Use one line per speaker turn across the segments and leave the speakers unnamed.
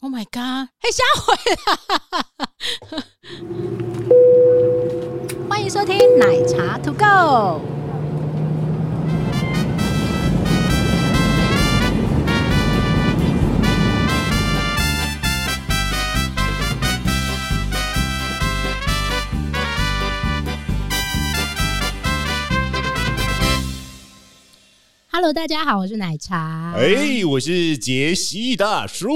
Oh my god！嘿，下回啦！
欢迎收听奶茶 To Go。Hello，大家好，我是奶茶。
哎、我是杰西大叔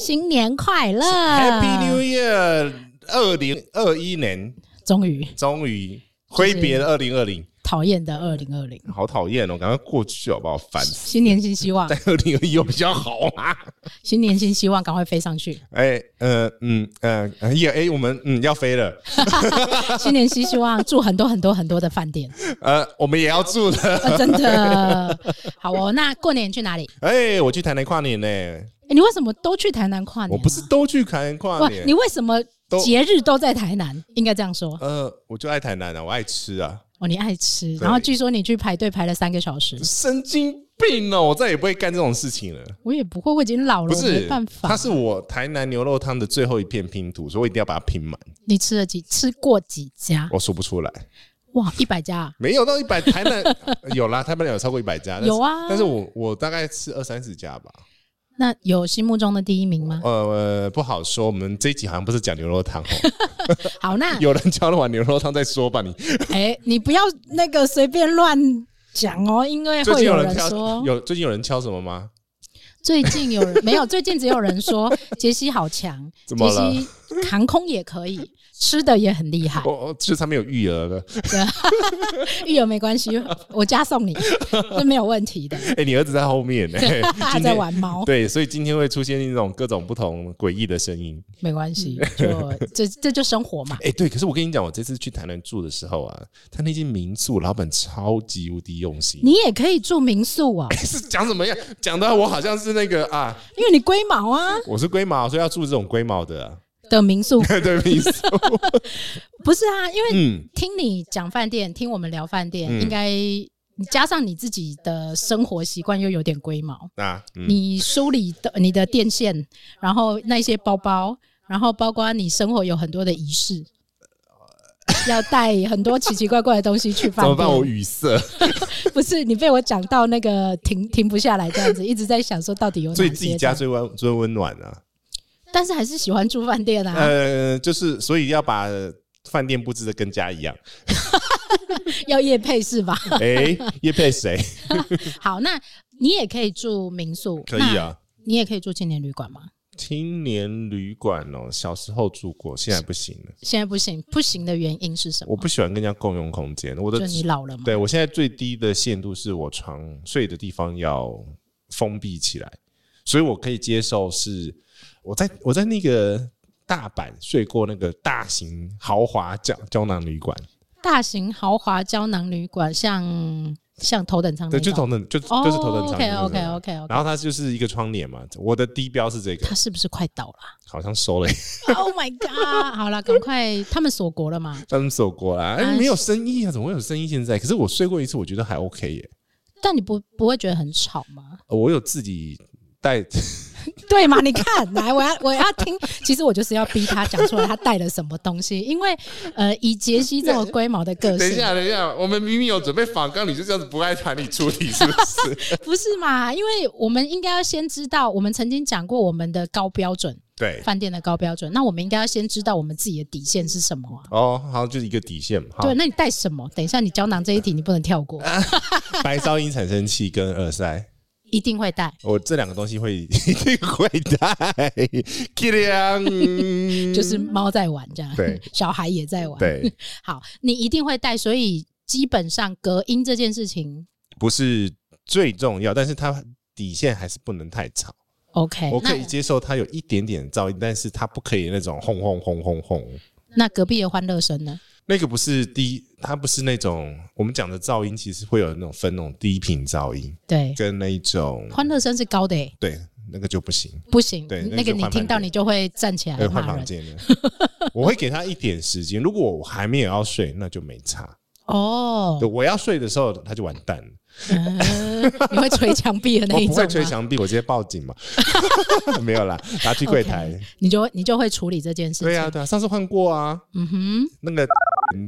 新年快乐
，Happy New Year！二零二一年
终于
终于挥别了二零二零，
讨厌的二零二零，
好讨厌哦，赶快过去好不好？烦死！
新年新希望，
在二零二一有比较好吗？
新年新希望，赶快飞上去！
哎、呃，嗯，呃，哎呀，哎、我们嗯要飞了，
新年新希望，住很多很多很多的饭店，
呃，我们也要住了。
啊、真的好哦。那过年去哪里？
哎、我去台南跨年呢、
诶你为什么都去台南跨年啊、
我不是都去台南跨
哇，
年
你，为什么
都
节日都在台南？应该这样说
呃，我就爱台南啊，我爱吃啊，
哦。你爱吃，
对
然后据说你去排队排了三个小时，
神经病哦，我再也不会干这种事情了。
我也不会，我已经老了，
不
我
是，
没办法。
它是我台南牛肉汤的最后一片拼图，所以我一定要把它拼满。
你吃了几吃过几家？
我说不出来，
哇，一百家啊！
没有到一百，台南 有啦，台南有超过一百家，但是
有啊
但是我我大概吃二三十家吧，
那有心目中的第一名吗？
呃，不好说。我们这一集好像不是讲牛肉汤哦，
好，那
有人教了碗牛肉汤再说吧。你
哎、你不要那个随便乱讲哦，因为
最
会
近有
人
敲
说，
有最近有人敲什么吗？
最近有人没有，最近只有人说 杰西好强，
怎么
杰
了
西航空也可以，吃的也很厉害，
我我这上面有育儿的，
育儿没关系，我家送你，这没有问题 的。
哎、你儿子在后面呢、欸，
他
今
在
天
玩哦猫，
对，所以今天会出现那种各种不同诡异的声音。
没关系，就这这就生活嘛。
哎、对，可是我跟你讲，我这次去台南住的时候啊，他那间民宿老板超级无敌用心。
你也可以住民宿啊，
是讲怎么样？讲的我好像是那个啊，
因为你龟毛啊
我是龟毛，所以要住这种龟毛的、啊、
的民宿
对 民宿。
不是啊，因为
嗯，
听你讲饭店，听我们聊饭店，
嗯
应该你加上你自己的生活习惯又有点龟毛，
啊，嗯，
你梳理的你的电线，然后那些包包，然后包括你生活有很多的仪式， 要带很多奇奇怪怪的东西去
怎
饭
么
店。
办？我语塞。
不是你被我讲到那个停停不下来这样子，一直在想说到底有哪
所
些
以
这样。
自己家最温最温暖啊。
但是还是喜欢住饭店啊，
呃，就是所以要把饭店布置的跟家一样。
要夜配是吧？
哎、叶配谁？
好，那你也可以住民宿，
可以，啊。
你也可以住青年旅馆吗？
青年旅馆哦，小时候住过，现在不行了。
现在不行，不行的原因是什么？
我不喜欢跟人家共用空间，我的
就你老了嘛，
对我现在最低的限度是我床睡的地方要封闭起来，所以我可以接受是我在我在那个大阪睡过那个大型豪华胶胶囊旅馆，
大型豪华胶囊旅馆，像像头等舱那
对，
种，
就头等就
哦
就是头啊等舱。
OK
就是头等
OK
舱
OK OK，
然后它就是一个窗帘嘛，我的低标是这个
他，是不是快倒了
好像收了，
？Oh my god！好了，赶快，他们锁国了嘛？
他们收过啦，哎，
哎
没有生意啊，怎么会有生意？现在可是我睡过一次，我觉得还 OK 耶，
但你不不会觉得很吵吗？
呃我有自己带，
对嘛？你看，来，我要我要听。其实我就是要逼他讲出来，他带了什么东西。因为呃，以杰西这么龟毛的个
等一
性，
下，等一下，我们明明有准备访刚，你就这样子不爱谈理出题是不是？
不是嘛？因为我们应该要先知道，我们曾经讲过我们的高标准，
对，
饭店的高标准。那我们应该要先知道我们自己的底线是什么啊？
哦，好，就是一个底线嘛。好啊
对，，那你带什么？等一下，你胶囊这一题你不能跳过，
白噪音产生器跟耳塞，
一定会带，
我这两个东西会 一定会带。k i l
就是猫在玩这样，
嗯对，
小孩也在玩。
对，
好，你一定会带，所以基本上隔音这件事情
不是最重要，但是它底线还是不能太吵。
，OK
我可以
那
接受它有一点点噪音，但是它不可以那种轰轰轰轰轰。
那隔壁的欢乐声呢？
那个不是低，它不是那种我们讲的噪音，其实会有那种分那种低频噪音
对，
跟那一种
欢乐声是高的、欸，
对那个就不行。
不行，
对
那
那
个
就
你
换
听到
饭店
你就会站起来
会换
骂
房
人。
间的。我会给他一点时间，如果我还没有要睡，那就没差。
哦
对，，我要睡的时候他就完蛋了。
呃你会捶墙壁的那
我
一
不
种
会捶
吗？
墙壁，我直接报警嘛。 没有啦，拿去柜台。
你就你就会处理这件事情。
对啊，对啊，上次换过啊，
嗯哼。
那个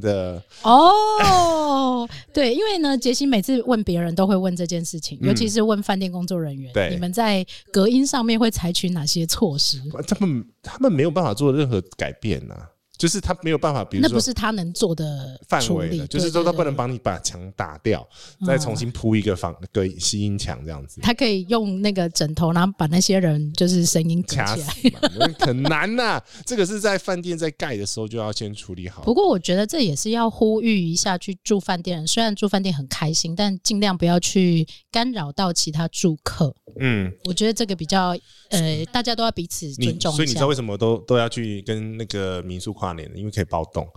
的
哦， 对，因为呢，杰西每次问别人都会问这件事情，
嗯
尤其是问饭店工作人员，
对
你们在隔音上面会采取哪些措施？
他们他们没有办法做任何改变呐、啊就是他没有办法，比如
那
说
不是他能做的
范
处
围
理
的，就是
对
说他
对
不能
对嗯
帮你把墙打掉，再重新铺一个房隔吸音墙这样子，
他可以用那个枕头，然后把那些人就是声音隔
掐
起来。
死嘛，很难呐、这个是在饭店在盖的时候就要先处理好
不。过我觉得这也是要呼吁一下去住饭店人，虽然住饭店很开心，但尽量不要去干扰到其他住客。
嗯，
我觉得这个比较呃，大家都要彼此
你
尊重
所以
一
你知
下
道。为什么都都要去跟那个民宿跨年，因为可以包栋。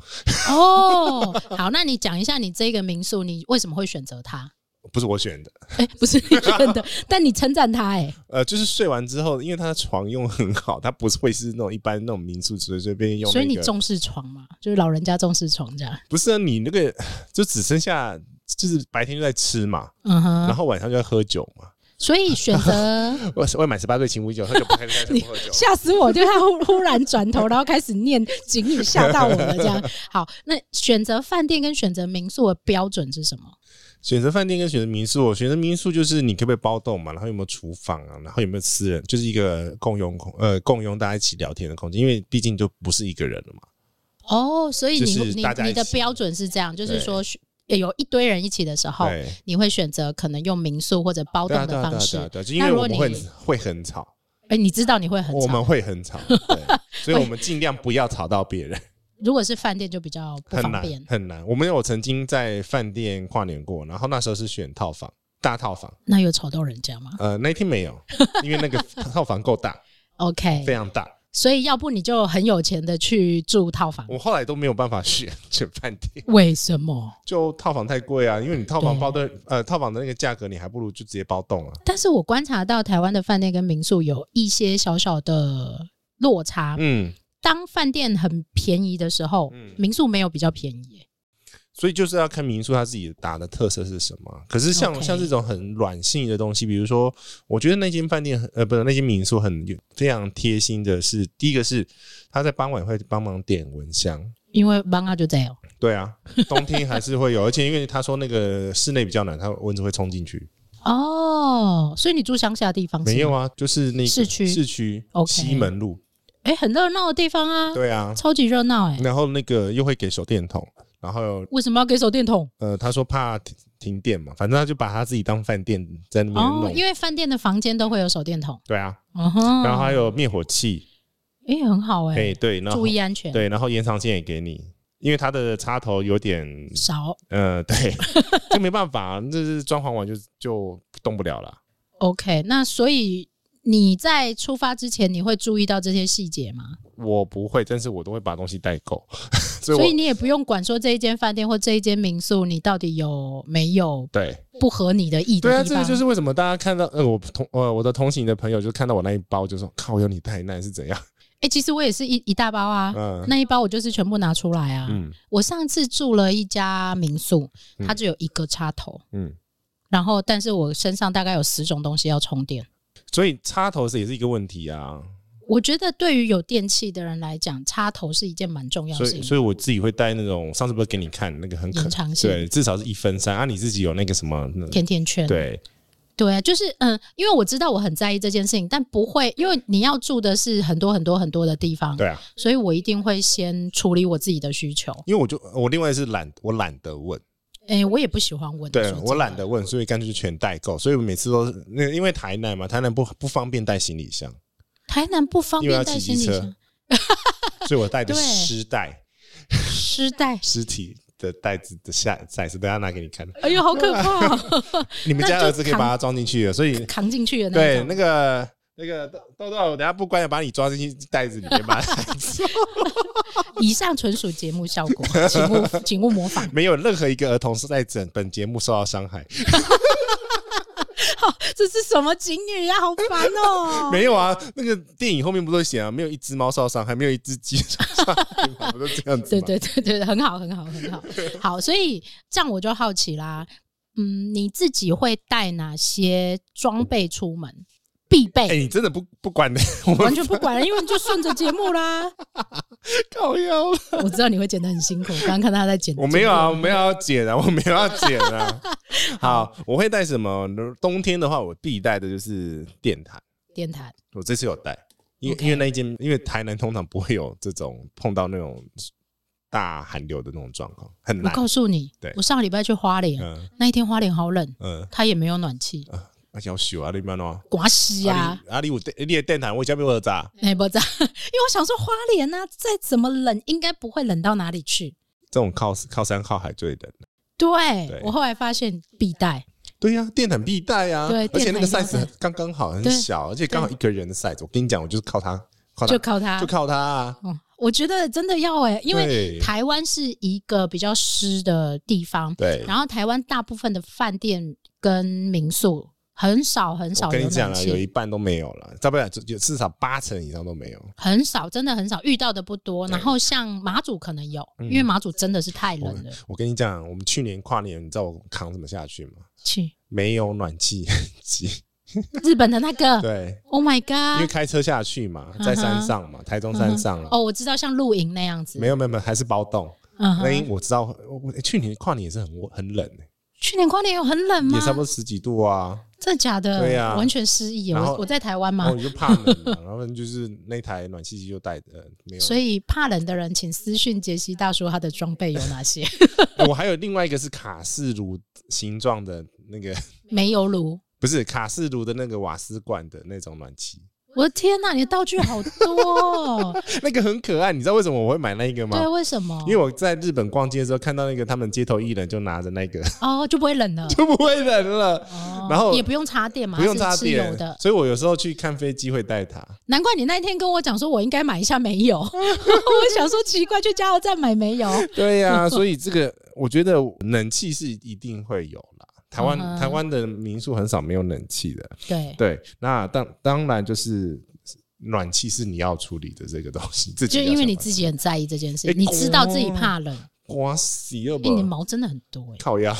哦，好，那你讲一下你这个民宿，你为什么会选择它？
不是我选的，
哎、不是你选的， 但你称赞它、哎，
呃，就是睡完之后，因为它的床用很好，它不会是那种一般那种民宿随随便便用、那
所
个。
以你重视床嘛，就是老人家重视床这样。
不是啊，你那个就只剩下就是白天就在吃嘛，
嗯
然
哼，
后晚上就在喝酒嘛。
所以选择
我未满十八岁请勿饮酒，喝酒不开车，开车不 喝酒。
吓死我！就他忽忽然转头，然后开始念警语，吓到我了。这 样好，那选择饭店跟选择民宿的标准是什么？
选择饭店跟选择民宿，我选择民宿就是你可不可以包栋嘛，然后有没有厨房啊，然后有没有私人，就是一个共用空呃共用大家一起聊天的空间，因为毕竟就不是一个人了嘛。
哦，所以你、
就是
你
大家
你
一起
的标准是这样，就是
对
说选有一堆人一起的时候，
对，
你会选择可能用民宿或者包
对啊
栋
对
的
啊对
方
啊
式。
对
哎、
啊对啊，就因
那
为
如果
我们会
你
会很吵，
你知道你会很
我们
吵。
会 很吵，对，所以我们尽量不要吵到别人，
如果是饭店就比较 不
很
方
难
便。
很难。我们有曾经在饭店跨年过，然后那时候是选套房。大套房，
那有吵到人家吗
呃，那一天没有，因为那个套房 够大，
哎？OK，
非常大。
所以要不你就很有钱的去住套房，
我后来都没有办法选选饭店，
为什么？
就套房太贵啊，因为你套房
对
包的呃套房的那个价格，你还不如就直接包栋啊。
但是我观察到台湾的饭店跟民宿有一些小小的落差。
嗯，
当饭店很便宜的时候，
嗯
民宿没有比较便宜耶、
所以就是要看民宿它自己打的特色是什么。啊可是像
OK
像这种很软性的东西，比如说，我觉得那间饭店很呃不是那间民宿很有非常贴心的是，第一个是他在傍晚会帮忙点蚊香。
因为帮他就这样。
对啊，冬天还是会有，而且因为他说那个室内比较难，它蚊子会冲进去。
哦，所以你住乡下的地哦方是吗
没有？啊，就是那个
市区
市区
OK
西门路。
哎、很热闹的地方啊，
对啊，
超级热闹哎。
然后那个又会给手电筒，然后
为什么要给手电筒？
呃，他说怕停停电嘛，反正他就把他自己当饭店在那边弄。
哦，因为饭店的房间都会有手电筒。
对啊，
嗯哼，
然后还有灭火器，
哎、很好哎、
哎、对，然后
注意安全。
对，然后延长线也给你，因为它的插头有点
少
呃，对，就没办法，这是装潢完就就动不了了。
OK，那所以你在出发之前，你会注意到这些细节吗？
我不会，但是我都会把东西带够， 所以我
所以你也不用管说这一间饭店或这一间民宿，你到底有没有
对
不合你的意的地
对啊，
方？
这个就是为什么大家看到呃，我同呃我的同行的朋友就看到我那一包就说靠，有你太难是怎样？
哎、其实我也是一一大包啊。
嗯
那一包我就是全部拿出来啊！
嗯
我上次住了一家民宿，
嗯
它只有一个插头，
嗯，
然后但是我身上大概有十种东西要充电。
所以插头是也是一个问题啊。
我觉得对于有电器的人来讲，插头是一件蛮重要的
所
事情
以，。所以我自己会带那种，上次不是给你看那个很可
延长线
对，至少是一分三啊，你自己有那个什么？那
甜甜圈，
对，
对啊，就是嗯，因为我知道我很在意这件事情，但不会，因为你要住的是很多很多很多的地方，
对啊，
所以我一定会先处理我自己的需求。
因为我就我另外是懒，我懒得问，
哎、我也不喜欢问，
对
说真的
我懒得问，所以干脆就全代购，所以我每次都是那因为台南嘛，台南不不方便带行李箱，
台南不方
因为
便
要
带行
骑
李
机车
箱，
所以我带的
对
湿袋，
湿袋。
尸体的袋子的下袋子，等一下拿给你看，
哎呦，好可怕、哦！
你们家
那就
儿子可以把它装进去的，所以
扛进去的那
对
种。
那个。那个豆豆豆，我等一下不关了，把你装进去袋子里面吧。
以上纯属节目效果，请 勿请勿模仿。
没有任何一个儿童是在整本节目受到伤害。
这是什么警语啊？好烦哦！
没有啊，那个电影后面不都写啊，没有一只猫受到伤害，没有一只鸡受到伤害嘛，不都这样子
对
吗？
对对对，很好，很好，很好。好，所以这样我就好奇啦。嗯，你自己会带哪些装备出门？必
哎、
备，
你真的不不管我
完
们
全不管了，因为你就顺着节目 啦。
靠腰了？
我知道你会剪得很辛苦，刚刚看到他在剪，
我没有啊，我
剪
没有要剪啊，我没有要剪 啊。好，我会带什么？冬天的话，我必带的就是电毯。
电台
我这次有带，因为因为那一间，因为台南通常不会有这种碰到那种大寒流的那种状况，很
我
难。
告诉你
对，
我上个礼拜去花莲，
嗯
那一天花莲好冷，
嗯，
它也没有暖气，
啊，要修啊，你别弄。
刮西啊，
阿里，我你的电毯我家没有炸，
哎、不知道，因为我想说花莲呢、啊，再怎么冷，应该不会冷到哪里去。
这种靠靠山靠海最冷。
对
对
我后来发现必带，
对呀、电毯必带啊，
对
而且那个
电毯一定
size
要
很刚刚好，很
对
小，而且刚好一个人的 size。我跟你讲，我就是靠它，靠它，
就靠它
就。靠它啊，
嗯，我觉得真的要哎、因为
为
台湾是一个比较湿的地方，
对，
然后台湾大部分的饭店跟民宿很少很
我
少
跟
有
你讲啊
暖
了，有一
气，
半都没有了，差不多就就至少八成以上都没有。
很少真的很少遇到的不多。
对
然后像马祖可能有，
嗯
因为马祖真的是太冷了，
我跟你讲，我们去年跨年，你知道我扛什么下去吗？
去
没有暖气 机，
日本的那个
对，
，Oh my
因为
God！
开车下去
啊
嘛，在山上嘛，台中山上了。
哦，我知道像露营那样子，
没有没有没有，还是包栋。
嗯
那因
哼，
我知道，我我去年跨年也是很很冷、欸，
去年跨年有很冷吗
也？差不多十几度啊。
真的假的？
对呀
完全失忆。
然后哦
我我在台湾
然
嘛
后，我就怕冷嘛，然后就是那台暖气机就带呃没有。
所以怕冷的人请私讯杰西大叔他的装备有哪些？
欸我还有另外一个是卡式炉形状的那个，
煤油炉。
不是卡式炉的那个瓦斯罐的那种暖气，
我的天呐，你的道具好多、 哦！
那个很可爱。你知道为什么我会买那一
对，
个吗？
为什么？
因为我在日本逛街的时候看到那个他们街头艺人就拿着那个
哦，就不会冷了。
就不会冷了，
哦
然后
也不用插电嘛，
不用
它是
插
自由
电
的，。
所以我有时候去看飞机会带它。
难怪你那一天跟我讲说，我应该买一下煤 油。我想说奇怪，去加油站买煤油。
对 呀、所以这个我觉得冷气是一定会有啦。台湾、
嗯哼
台湾的民宿很少没有冷气的，
对，
对，那当当然就是暖气是你要处理的这个东西，自己
就
要
因为
想
你
办
自己很在意这件事，
哎哦
你知道自己怕冷，哎、
法哇死了
你
吧，
毛真的很多哎、
靠腰，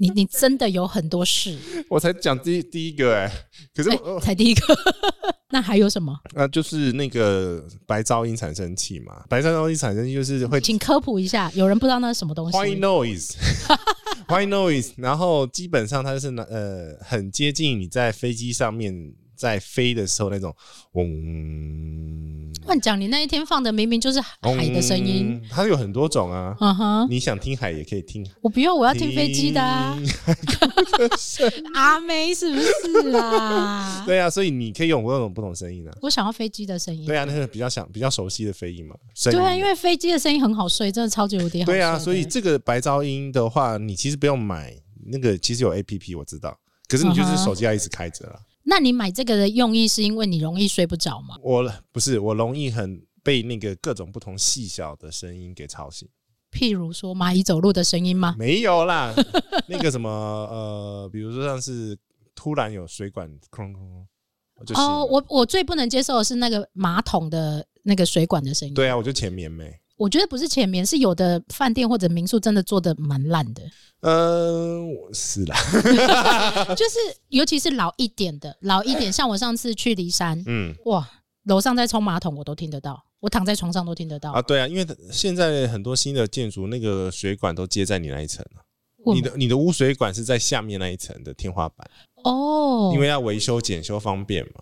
你你真的有很多事，
我才讲第第一个哎、可是
哎、
我、
才第一个。 那还有什么？
那就是那个白噪音产生器嘛，白噪音产生器就是会
请科普一下，有人不知道那是什么东西。
white noise。White noise，然后基本上它就是拿呃，很接近你在飞机上面在飞的时候那种嗡
乱讲，你那一天放的明明就是海的声音。
嗡，它有很多种啊。
嗯哼，
你想听海也可以听，
我不用，我要听飞机的、啊。
听。
阿妹是不是 啊？
对啊，所以你可以用各种不同声音啊。
我想要飞机的声音。
对啊，那是比较想比较熟悉的飞音嘛，声音
对啊，因为飞机的声音很好睡，真的超级无敌好睡
对
的。
啊，所以这个白噪音的话，你其实不用买那个，其实有 A P P 我知道，可是你就是
嗯哼
手机要一直开着啦。啊
那你买这个的用意是因为你容易睡不着吗？
我不是我容易很被那个各种不同细小的声音给吵醒，
譬如说蚂蚁走路的声音吗？
没 有啦，那个什么呃，比如说像是突然有水管哐哐哐，我就醒了
哦，我我最不能接受的是那个马桶的那个水管的声音。
对啊，我就前棉没。
我觉得不是浅眠，是有的饭店或者民宿真的做的蛮烂 的，
嗯、我是啦，
就是尤其是老一点的，老一点，像我上次去骊山，
嗯
哇，楼上在冲马桶我都听得到，我躺在床上都听得到。
啊，对啊，因为现在很多新的建筑那个水管都接在你那一层啊
为
你的你的污水管是在下面那一层的天花板，
哦，
因为要维修检修方便嘛，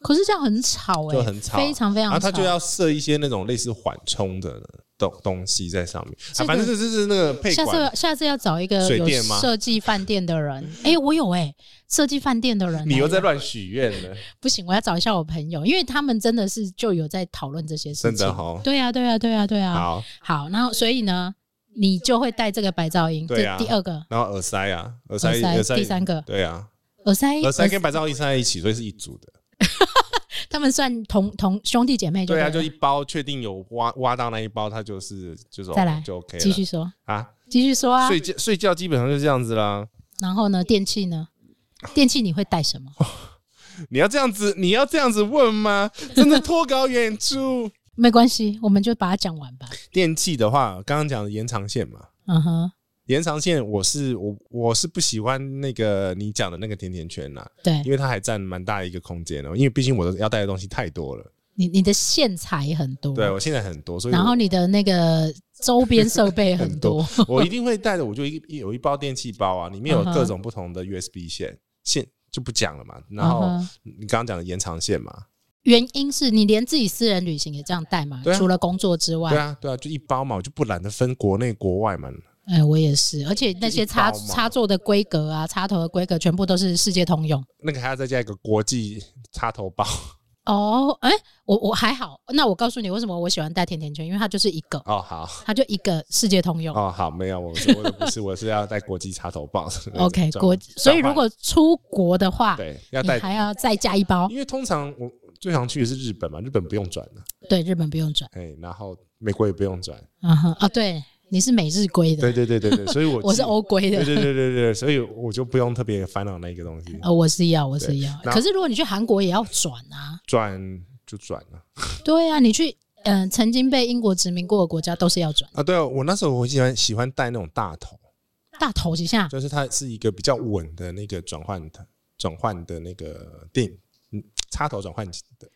可是这样很吵哎、
就很吵啊
非常非常
然
吵。
后它就要设一些那种类似缓冲的东东西在上面，
这个
啊，反正这就是那个配
下
管。
次下次要找一个
水
有
电吗
设计饭店的人。 哎、我有哎、设计饭店的人、
你又在
哎
乱许愿了，
不行，我要找一下我朋友，因为他们真的是就有在讨论这些事情。
真的哦
对啊，对啊，对啊，对啊。
好，
好，然后所以呢，你就会带这个白噪音，
对啊
这第二个
然后耳塞啊，耳塞，
耳
耳
塞，第三个哎
对啊，
耳塞，
耳塞跟白噪音塞在一起，所以是一组的。
他们算同同兄弟姐妹就
对啊，
了
就一包，确定有挖挖到那一包，它就是就是
再来
就 OK 了。
继续说，
啊，
继续说啊。
睡觉睡觉基本上就这样子啦。
然后呢，电器呢？电器你会带什么？
你要这样子，你要这样子 问吗？真的脱稿演出。
没关系，我们就把它讲完吧。
电器的话，刚刚讲的延长线嘛，
嗯哼，
延长线我是我我是不喜欢那个你讲的那个甜甜圈啦，
对
因为它还占蛮大一个空间哦、因为毕竟我的要带的东西太多了，
你你的线材很多，
对我现在很多，所以
嗯然
我
后你的那个周边设备
很
很
多
多，
我一定会带的，我就一有一包电器包啊，里面有
嗯哼
各种不同的 USB 线线就不讲了嘛。然
嗯
后
哼
你刚刚讲的延长线嘛，
原因是你连自己私人旅行也这样带嘛？
对啊
除了工作之外
对，啊对啊，就一包嘛，我就不懒得分国内国外嘛。
哎、我也是，而且那些插
就一包嘛
插座的规格啊，插头的规格全部都是世界通用。
那个还要再加一个国际插头包
哦，哎、我我还好。那我告诉你，为什么我喜欢带甜甜圈，因为它就是一个，
哦，好
它就一个世界通用。
哦好，没有，我是我的不是，我是要带国际插头 包。
OK，
转
国所以
转换
如果出国的话，
对要
你
带，
还要再加一包。
因为通常我最常去的是日本嘛，日本不用转的，
对，日本不用转。
哎，然后美国也不用转，
嗯哼，啊，对，你是美日规的，
对对对对 对，所以我
我是
记
欧规的
对。对对对对，所以我就不用特别烦恼那个东西，
呃，我是要，我
对
是要。
然后
可是如果你去韩国也要转啊，
转就转了
对啊，你去嗯、呃曾经被英国殖民过的国家都是要转。
啊。对啊，我那时候我喜欢喜欢戴那种大头，
大头几下，
就是它是一个比较稳的那个转换的转换的那个电嗯插头转换器的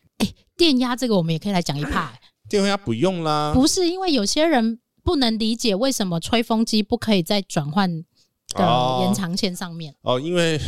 电压这个我们也可以来讲一趴、
电话不用啦，
不是因为有些人不能理解为什么吹风机不可以在转换的
哦
延长线上面，
哦，因 为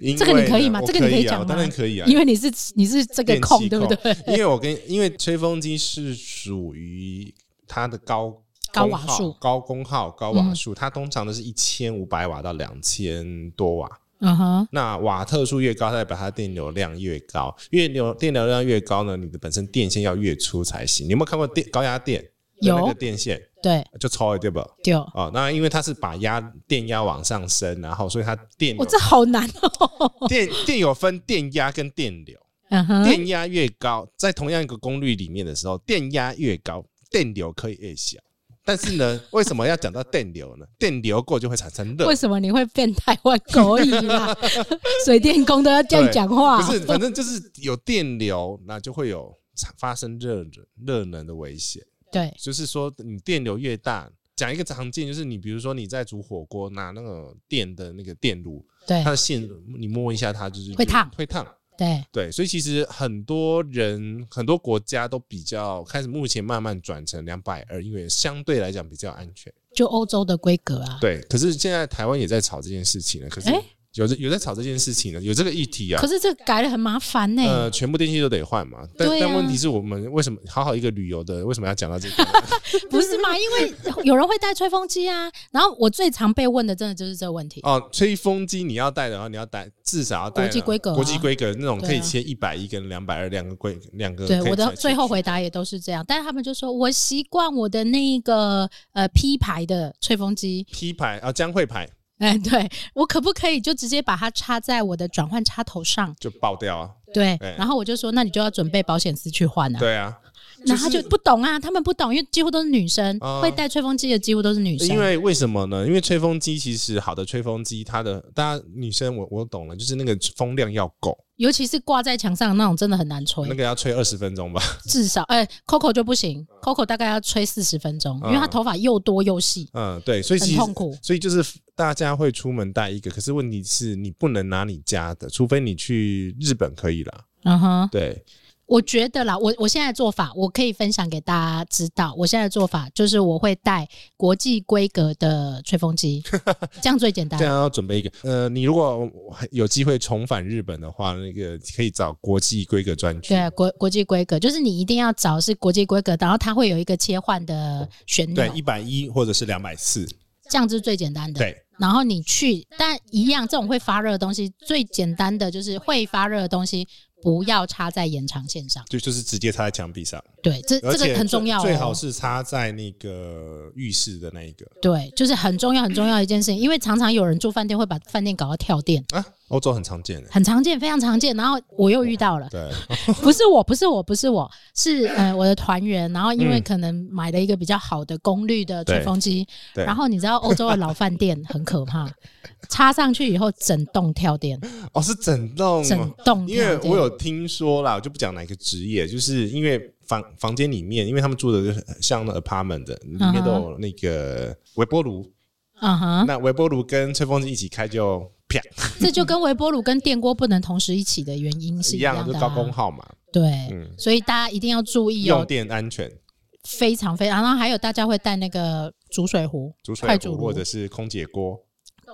因为
这个你可以吗
我
这个你可以
啊
讲吗
我当然可以啊，
因为你是你是这个控对不对？
因为我跟因为吹风机是属于它的高
高
功
瓦
耗
数嗯
高功耗、高瓦数，它通常都是一千五百瓦到两千多瓦。
嗯哼，
那瓦特数越高，代表它的电流量越高，越流电流量越高呢，你的本身电线要越粗才行。你有没有看过电高压电？
有
那个电线
对
就超了对吧？
对。
哦，那因为它是把压电压往上升，然后所以它电
我
流
这好难哦，
电电有分电压跟电流。
嗯哼，
电压越高，在同样一个功率里面的时候，电压越高，电流可以越小。但是呢，为什么要讲到电流呢？电流过就会产生热
为，什么你会变台湾狗语 啦？水电工都要这样讲话，啊
不是，反正就是有电流，那就会有产发生热能热能的危险。
对，
就是说，你电流越大，讲一个常见，就是你比如说你在煮火锅，拿那个电的那个电炉，
对
它的线你摸一下，它就是
哎会烫
会烫。
对，
对，所以其实很多人、很多国家都比较开始，目前慢慢转成两百二，因为相对来讲比较安全。
就欧洲的规格啊。
对，可是现在台湾也在吵这件事情了，可是
诶
有有在吵这件事情呢，有这个议题啊
哎可。是这个改的很麻烦呢、
呃，全部电器都得换嘛，但、
对啊
但问题是我们为什么好好一个旅游的，为什么要讲到 这个呢？
不是嘛？因为有人会带吹风机啊。然后我最常被问的，真的就是这个问题。
哦，吹风机你要带的话，你要带至少要带
国际规格啊
国际规格那种可
对
以
啊
切一百一跟两百二两个规两个可
对
以拆出去。
我的最后回答也都是这样，但是他们就说我习惯我的那个呃 P 牌的吹风机，
P 牌啊，将会牌
哎，对我可不可以就直接把它插在我的转换插头上？
就爆掉啊，
对
哎，
然后我就说那你就要准备保险丝去换啊。
对啊，
然后他
就
就是不懂啊，他们不懂，因为几乎都是女生，
啊
会带吹风机的几乎都是女生。
因为为什么呢？因为吹风机其实好的吹风机，它的大家女生我我懂了，就是那个风量要够，
尤其是挂在墙上的那种，真的很难吹，
那个要吹二十分钟吧。
至少哎、c o c o 就不行，Coco
啊
大概要吹四十分钟，因为她头发又多又细，
嗯，对，所以
很
其实
痛苦
所以就是大家会出门带一个，可是问题是你不能拿你家的，除非你去日本可以啦。
嗯哼，
对，
我觉得啦，我我现在的做法，我可以分享给大家知道。我现在的做法就是我会带国际规格的吹风 机，这样最简单
这。样要准备一个。呃，你如果有机会重返日本的话，那个可以找国际规格专区。
对，啊国国际规格就是你一定要找是国际规格，然后它会有一个切换的旋钮
对，，一百一或者是两百四。
这样是最简单的。
对，
然后你去，但一样这种会发热的东西，最简单的就是会发热的东西不要插在延长线上。
就就是直接插在墙壁上，
对，这
而
这
且
个很重要、哦
最最好是插在那个浴室的那一个。
对，就是很重要很重要的一件事情，因为常常有人住饭店会把饭店搞到跳电，
啊，欧洲很常见的。
很常见，非常常见。然后我又遇 到了，
对，
不是我，不是我，不是我，是呃我的团员。然后因为可能买了一个比较好的功率的吹风机，
嗯对对
然后你知道欧洲的老饭 店很可怕，插上去以后整栋跳电，
哦，是整栋哦，
整嗯啊栋
因为
跳电。
我有听说啦，我就不讲哪个职业，就是因为房房间里面，因为他们住的就是像那 apartment 的，里面都有那个微波炉，
嗯哼，
那微波炉跟吹风机一起开就啪
这就跟微波炉跟电锅不能同时一起的原因是
一
样的、
样，
啊，
就高功耗嘛。
对，
嗯，
所以大家一定要注意
用
哦，
电安全，
非常非常。然后还有大家会带那个煮水壶、
煮水
快煮
壶
炉
或者是空姐锅。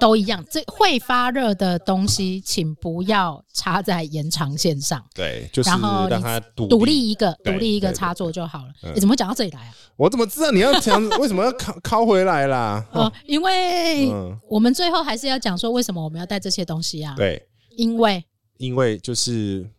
都一样，这会发热的东西，请不要插在延长线上，
对，就是
然后
让
你
它独
独立。一个，独
对
立一个
对对
插座就好了。
嗯
诶怎么讲到这里来啊？
我怎么知道你要讲 为什么要拷拷回来啦？
哦，因为
嗯，
我们最后还是要讲说，为什么我们要带这些东西啊？
对，
因为
因为就是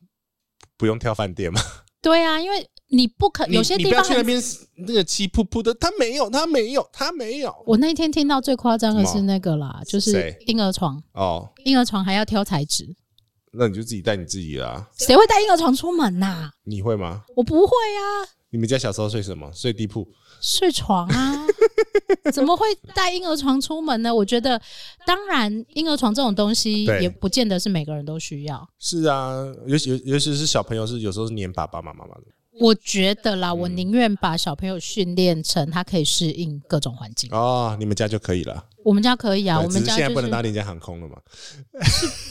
不用挑饭 店嘛，
对啊，因为你不可有些
你
地
你不要
方
去那
很。
边那个气扑扑的，他没有，他没有，他没有
我那一天听到最夸张的
什
是
么
那个啦，就是
谁
婴儿床，
哦，
婴儿床还要挑材质，
那你就自己带你自己啦。
谁会带婴儿床出门呐、
你会吗？
我不会啊，
你们家小时候睡什么？睡地铺？
睡床 啊，怎么会带婴儿床出门呢？我觉得，当然，婴儿床这种东西
对
也不见得是每个人都需要。
是啊，尤其尤尤其是小朋友是有时候是黏爸爸妈妈的
我觉得啦，我
嗯
宁愿把小朋友训练成他可以适应各种环境。
哦，你们家就可以了。
我们家可以啊，
对
我们
只
家
是现在
就
不能搭
是
廉价航空了嘛。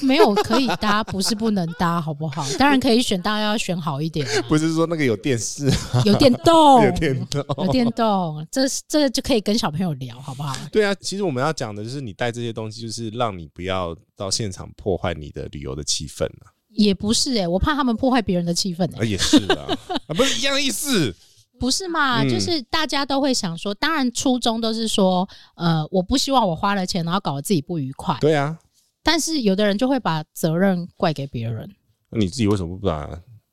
没有可以搭，不是不能搭，好不 好？当然可以选，大家要选好一点啊、
不是说那个有电视、
有电动，
有电脑。
有电动，这这就可以跟小朋友聊，好不好？
对啊，其实我们要讲的就是，你带这些东西，就是让你不要到现场破坏你的旅游的气氛啊。
也不是哎、我怕他们破坏别人的气氛、
啊，
欸，
也是啊， 啊不是一样的意思。
不是嘛？
嗯
就是大家都会想说，当然初衷都是说，呃，我不希望我花了钱，然后搞得自己不愉快。
对啊，
但是有的人就会把责任怪给别人，
那你自己为什么不把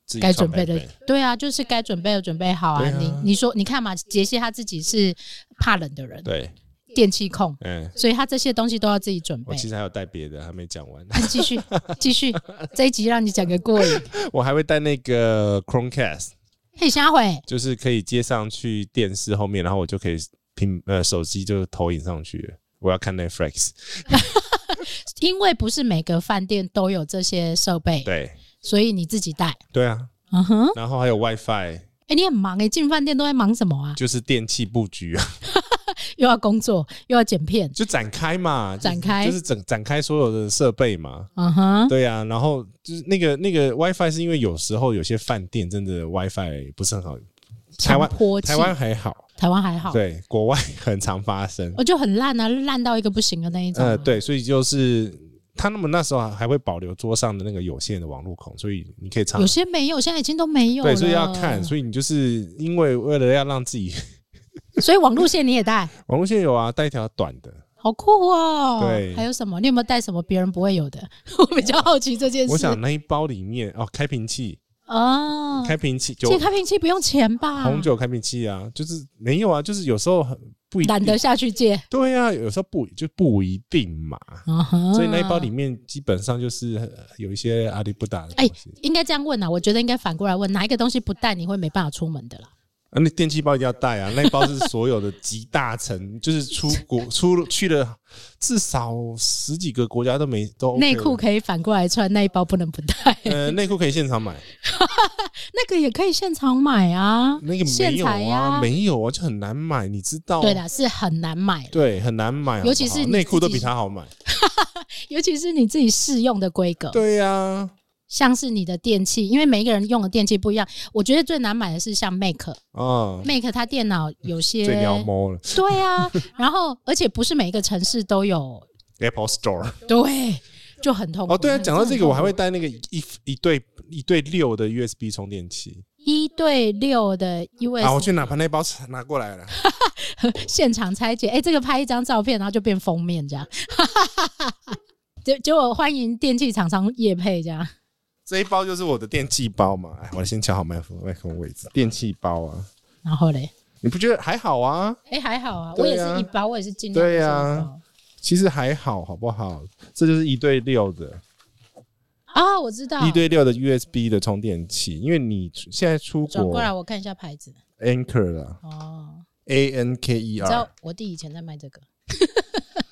自己
该
上
准
百
备的
倍，
对啊，就是该准备的准备好啊。
对啊
你你说，你看嘛，杰西他自己是怕冷的人，
对，
电器控，
嗯，
所以他这些东西都要自己准
我
备。
其实还有带别的，还没讲完。
啊继续继续，这一集让你讲个过瘾。
我还会带那个 Chromecast，
嘿，瞎回，
就是可以接上去电视后面，然后我就可以屏呃手机就投影上去了。我要看 Netflix，
因为不是每个饭店都有这些设备，
对
所以你自己带。
对啊，
嗯哼，
然后还有 WiFi，
哎、你很忙哎、进饭店都在忙什么啊？
就是电器布局啊，
又要工作，又要剪片。
就展开嘛，就是
展开
就是整展开所有的设备嘛。
嗯哼，
对啊，然后就是那个那个 WiFi 是因为有时候有些饭店真的 WiFi 不是很好，台湾
强迫器
台湾还好，
台湾还好，
对，国外 很常发生。
我就很烂啊，烂到一个不行的那一种、啊
呃，，对，所以就是他们那时候还会保留桌上的那个有线的网路孔，所以你可以常
有些没有，现在已经都没有了。
对，所以要看，所以你就是因为为了要让自己
所以网路线你也带，
网路线有啊，带一条短的。
好酷哦。
对
还有什么？你有没有带什么别人不会有的？ 我比较好奇这件事。
我想那一包里面哦，开瓶器，
哦，
开瓶器，
这
酒
开瓶器不用钱吧？
红酒开瓶器啊，就是没有啊，就是有时候很不一
懒得
定，
下去借。
对啊，有时候不就不一定嘛。
嗯哼，
所以那一包里面基本上就是呃有一些阿里不达的东
哎
西。
应该这样问啊，我觉得应该反过来问，哪一个东西不带你会没办法出门的啦？
啊，那电器包一定要带 啊！那一包是所有的集大成，就是出国出去了至少十几个国家都没都 OK
内裤
了
可以反过来穿，那一包不能不带。
呃内裤可以现场买，
那个也可以现场买啊，
那个没
现
有
采
啊，
呀。
没有啊，就很难买，你知道？
对，啦，是很难买啦，
对，很难买好不好，
尤其是你
内裤都
自己
比它好买。
尤其是你自己试用的规格，
对呀，
像是你的电器，因为每一个人用的电器不一样。我觉得最难买的是像 Make，Make
啊，
它电脑有些
嗯最撩猫了
对啊，然后而且不是每一个城市都有，
，Apple Store。
对，就很痛苦。
哦，对啊，讲到这个，我还会
哦真的很痛苦
带那个一一对一对六的 USB 充电器
一对六的 US
啊，我去拿把那包拿过来了。
现场拆解，哎、这个拍一张照片，然后就变封面这样， 结结果欢迎电器厂商业配这样。
这一包就是我的电器包嘛，哎，我先瞧好麦克麦克风位置。电器包啊，
然后嘞，
你不觉得还好啊？
哎、还好啊，
对啊
我也是一包，我也是尽量
对
呀、
啊其实还好，好不好？这就是一对六的，
啊，我知道。
一对六的 USB 的充电器，因为你现在出
转
国
过来，我看一下牌子。
Anker 啦
哦，
，A N K E
你知道
R，
我弟以前在卖这个，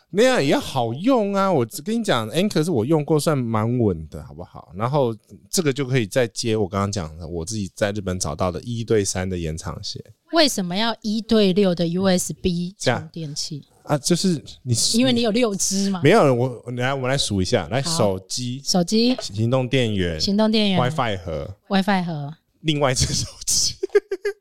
那样也要好用啊。我只跟你讲，Anker 是我用过算蛮稳的，好不好？然后这个就可以再接我刚刚讲的，我自己在日本找到的一对三的延长线。
为什么要一对六的 USB
这样
充电器？
啊，就是你
因为你有六只嘛。
没有我我来我们来数一下，来
啊好
手机、
手机、
行动电源、
行动电源、
WiFi 盒，
WiFi 盒，
另外一只手 机。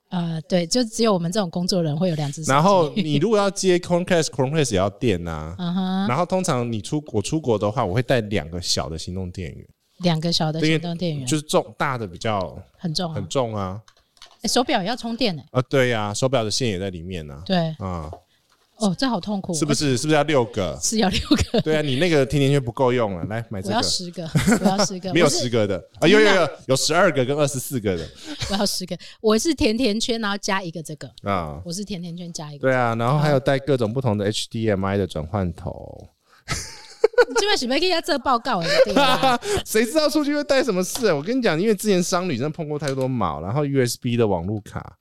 呃，对，就只有我们这种工作人会有两只手机。
然后你如果要接 Chromecast，Chromecast 也要电呐、
嗯哼，
然后通常你出我出国的话，我会带两个小的行动电源，
两个小的
因为
行动电源
就是重大的比较
很重啊
很，重啊。
诶手表也要充电呢。
啊，对呀、手表的线也在里面呢、
对，
啊。
哦，这好痛苦，
是不是？是不是要六个
我？是要六个？
对啊，你那个甜甜圈不够用了，来买这
我要
个。
十个，我要十 个，
没有
我是
十个的啊，有有有有十二个跟二十四个的
我要十个，我是甜甜圈，然后加一个这个，
啊，
我是甜甜圈加一个，
对啊，然后还有带各种不同的 HDMI 的转换头，
你这边准备给他这报告哎，对 吧？
谁知道出去会带什么事、啊？我跟你讲，因为之前商旅真的碰过太多毛，然后 USB 的网路卡，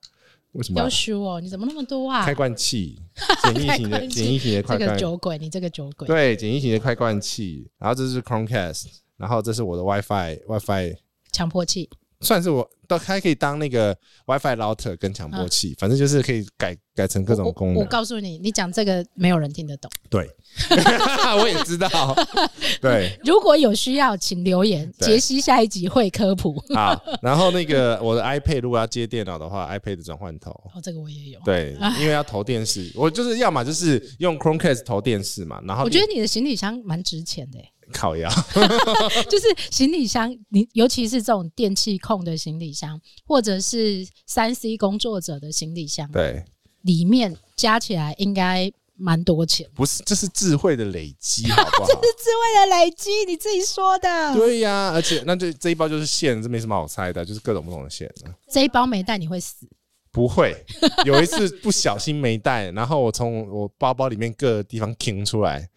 为什么啊
要修哦，你怎么那么多啊
开？罐器，简易型
开
的
罐器
简易型的
这
快
个
罐，
酒鬼，你这个酒鬼，
对，简易型的快罐器，然后这是 Chromecast，然后这是我的 WiFi WiFi
强迫器，
算是我到还可以当那个 WiFi router 跟强波器，反正就是可以改改成各
嗯我
种
我
功
我
能。
告诉你，你讲这个没有人听得懂。
对， 我也 知道。对
如果有需要，请留言。
对
杰西下一集会科普。
啊，然后那个我的 iPad 如果要接电脑的话，iPad 的转换头。
哦，啊这个我也有。
对，因为要投电视，我就是要么就是用 Chromecast 投电视嘛，然后
我觉得你的行李箱蛮值钱的欸、
烤鸭，
就是行李箱，你尤其是这种电器控的行李箱，或者是三 C 工作者的行李箱，
对，
里面加起来应该蛮多钱。
不是，这是智慧的累 积，好不好？
是为了累积，你自己说的。
对啊呀、而且那就这一包就是线，这没什么好猜的，就是各种不同的线。啊
这一包没带你会死，
不会，有一次不小心没带，然后我从我包包里面各个地方听出来，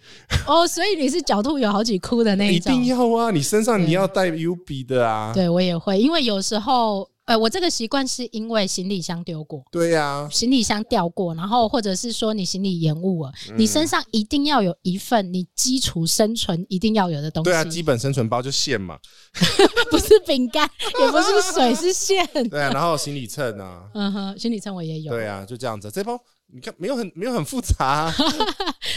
哦，所以你是狡兔有好几窟的那
一
种。
定要啊！你身上
对
你要带 U B 的啊，
对我也会，因为有时候，呃，我这个习惯是因为行李箱丢过。
对啊呀，
行李箱掉过，然后或者是说你行李延误了，
嗯
你身上一定要有一份你基础生存一定要有的东西，
对啊，基本生存包就线嘛，
不是饼干， 也不是水，是线。
对啊，然后行李秤啊，
嗯哼，行李秤我也有，
对啊，就这样子。这包你看没有很没有很复 杂啊，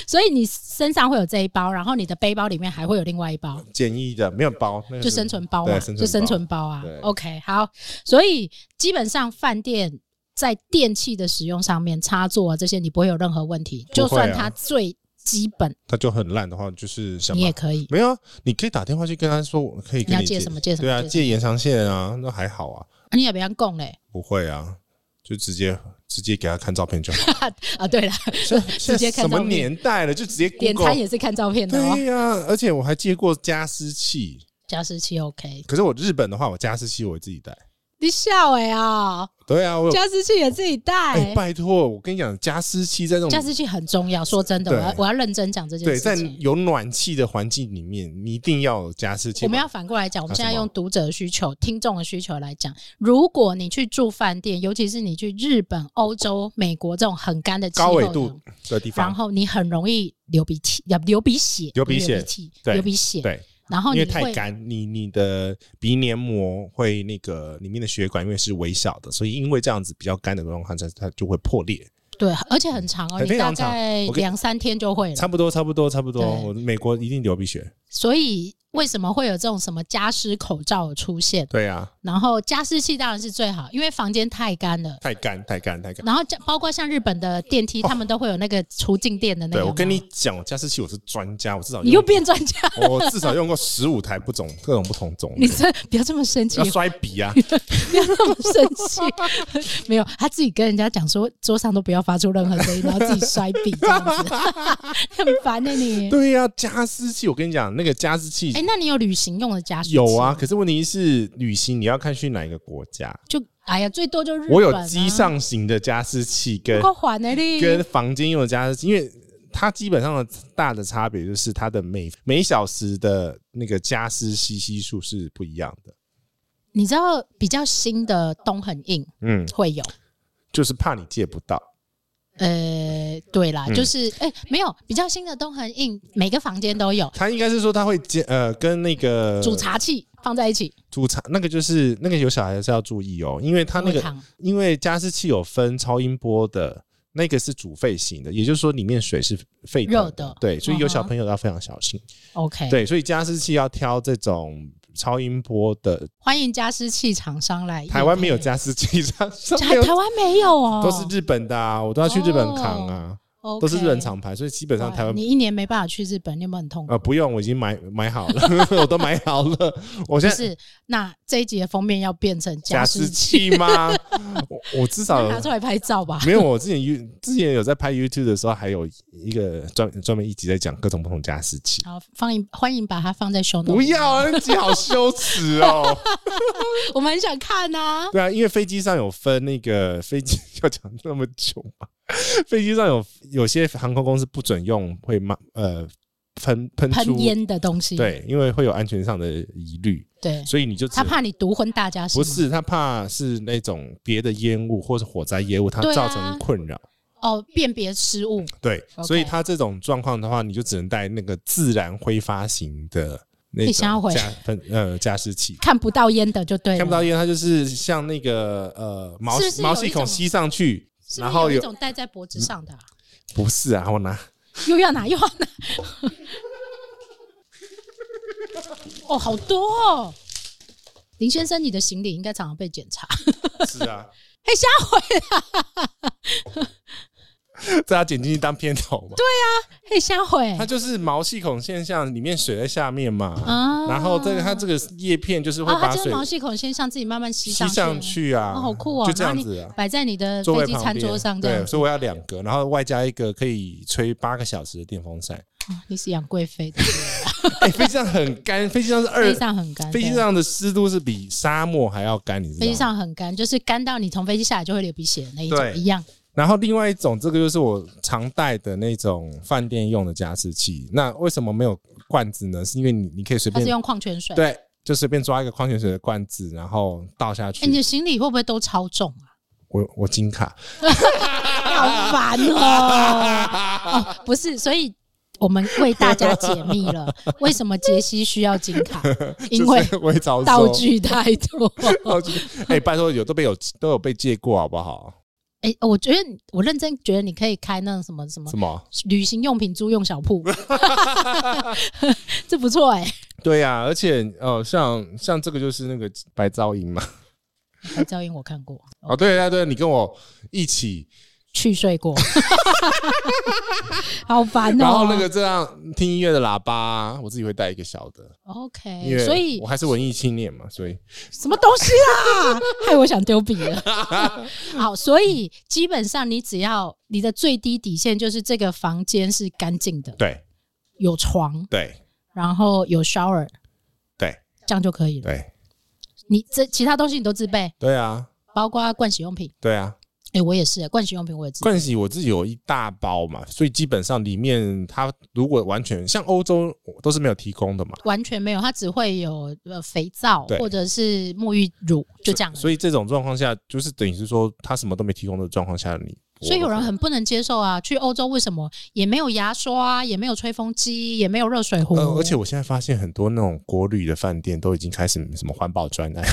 所以你身上会有这一包，然后你的背包里面还会有另外一包，
简易的没有包，那个
就是生存包嘛，
对生存包
就生存包啊
对。
OK，好，所以基本上饭店。在电器的使用上面，插座啊这些你不会有任何问题，就
不会啊
算它最基本
它就很烂的话，就是想
你也可以。
没有啊，你可以打电话去跟他说，我可以跟
你要借什么借什么
对
借
啊，
什么
借延长线啊，那还好啊，
啊你也不要供嘞
不会啊，就直接直接给他看照片就好。
啊！对了，
现在现在
接看
什么
照片
年代了，就直接
点
Google 啊
餐。也是看照片的哦。
对呀、而且我还借过加湿器，
加湿器 OK。
可是我日本的话，我加湿器我会自己带。
你笑哎啊，
对啊，我有
加湿器也自己带、
哎、拜托，我跟你讲，加湿器在那
加
种
湿器很重要，说真的，我
对
要我要认真讲这件
对在
事情。
有暖气的环境里面，你一定要有加湿器。
我们要反过来讲，我们
啊
现在
什么
用读者的需求、听众的需求来讲。如果你去住饭店，尤其是你去日本、欧洲、美国这种很干的气
高
候
纬
的
度的地
然
方，
后你很容易流鼻涕，要流鼻血，
流鼻
不是
血
流鼻涕，
对
流鼻血。
对，
然后
因
你
为
会
太干，你你的鼻黏膜会那个里面的血管因为是微小的，所以因为这样子比较干的状况下，它就会破裂。
对，而且很长哦，
很
你大
非常长
概
我跟
两三天就会了
差。不多，差不多，差不多。
对
我美国一定流鼻血。
所以为什么会有这种什么加湿口罩的出现？
对啊，
然后加湿器当然是最好，因为房间太干了。
太干，太干，太干。
然后加包括像日本的电梯，他们都会有那个除静电的那个
哦对，
嘛。
我跟你讲，我加湿器我是专家，我至少
你又
用
变专家，
我至少用过十五台不种各种不同种
你
类，
这不要这么生气
要，摔 笔啊，
不要这么生气。 没有，他自己跟人家讲说，桌上都不要发出任何声音，然后自己摔笔这样子， 很烦的、欸你。
对呀、加湿器，我跟你讲，那个加湿器
哎、那你有旅行用的加湿器
有啊，，可是问题是旅行你要看去哪一个国家，
就哎呀，最多就日本、啊。
我有机上型的加湿器
不
跟
够缓的你。
跟房间用的加湿器，因为它基本上的大的差别就是它的每每小时的那个加湿吸吸数是不一样的，
你知道比较新的冬很硬
嗯，
会有。
就是怕你借不到。
呃，对啦，
嗯
就是哎、没有比较新的都很硬，每个房间都有
它应该是说它会接呃跟那个
煮茶器放在一起，
煮茶那个就是那个有小孩是要注意哦，因为它那
会
个
烫
因为加湿器有分超音波的，那个是煮沸型的，也就是说里面水是沸腾
热的嗯
对，所以有
嗯
小
哼
朋友要非常小心。
OK，，
对，所以加湿器要挑这种超音波的。
欢迎加湿器厂商来业配。
台湾没有加湿器，上上
台，
没有
台湾没有哦，
都是日本的啊，我都要去日本扛啊，
o
都是日本厂牌，所以基本上台湾
哦你一年没办法去日本，你有没有很痛苦？
呃不用，我已经买买好了， 我都买好了，我现
就
在
是，那这一集的封面要变成
加湿
湿，
器吗？我我至 少
拿出来拍照吧。
没有，我之前 You 之前有在拍 YouTube 的时候，还有一个专专门一集在讲各种不同加湿器。
好，放一欢迎把它放在 show note
不
里面
要啊，那集好羞耻哦！
我们很想看呐、
对啊，因为飞机上有分那个飞机 要讲那么久吗？飞机上有有些航空公司不准用会骂呃喷喷出
喷烟的东西，
对，因为会有安全上的疑虑，
对，
所以你就只
他怕你毒昏大家，
不
吗
是他怕是那种别的烟雾或者火灾烟雾，它
对啊
造成困扰。
哦，辨别失误，
对，
OK
所以它这种状况的话，你就只能带那个自然挥发型的那
你想要
种
回
加喷呃加湿器。
看不到烟的就对了，
看不到烟，它就是像那个呃毛
是不是
毛
有
细
一
孔
种
吸上去，
是不是
然后
有一
有
种戴在脖子上的啊、
不是啊，我拿
又要拿又要拿， 哦，好多哦。林先生，你的行李应该常常被检查。
是 啊，
嘿，下回啊
这要剪进去当片头嘛？对，
嘿，欸下回
它就是毛细孔现象，里面水在下面嘛，
啊
然后这个它这个叶片就是会
啊，
把
它就是
水
毛细孔先向自己慢慢吸
吸
上
上去啊，
哦好酷哦
就这样子啊。
摆在你的
座位
飞机
旁
餐
边
桌上这
对，
样子。
所以我要两个，然后外加一个可以吹八个小时的电风扇。
哦你是杨贵妃的，
哎，飞机上很干，飞机上是二
飞，机上很干，
飞机
对
上的湿度是比沙漠还要干，你知道吗？
飞机上很干，就是干到你从飞机下来就会流鼻血的那一
对
种一样。
然后另外一种，这个就是我常带的那种饭店用的加湿器。那为什么没有罐子呢？是因为你你可以随
它
便
是用矿泉水。
对，就随便抓一个矿泉水的罐子，然后倒下去。
哎，你的行李会不会都超重啊？
我我金卡，
好烦 哦！ 哦，不是，所以我们为大家解密 了为什么杰西需要金卡，因为
就是我也早
道具太多。
道具。哎、拜托，有都被有都有被借过好不好？
哎、我觉得你我认真觉得你可以开那种什么什么
什么？
旅行用品租用小 铺，这不错哎、
对呀、而且呃，像像这个就是那个白噪音嘛。
拍照音我看过，
哦，对对对，你跟我一起，
去睡 过，好烦哦、
然后那个这样听音乐的喇叭，我自己会带一个小的，因
OK，
为
哎所以
我还是文艺青年嘛，所以
什么东西啊？害我想丢笔了。 好，所以基本上你只要你的最低底线就是这个房间是干净的，
对
有床，
对
然后有 shower，
对
这样就可以了。
对
你这其他东西你都自备，
对啊
包括盥洗用品。
对啊，
哎、我也是，盥洗用品我也自备。
盥洗我自己有一大包嘛，所以基本上里面它如果完全像欧洲都是没有提供的嘛，
完全没有，它只会有呃肥皂
对
或者是沐浴乳，就这样而已。
所以这种状况下，就是等于是说它什么都没提供的状况下，你
所以有人很不能接受啊！去欧洲为什么也没有牙刷、啊，也没有吹风机，也没有热水壶、
呃，而且我现在发现很多那种国旅的饭店都已经开始什么环保专案，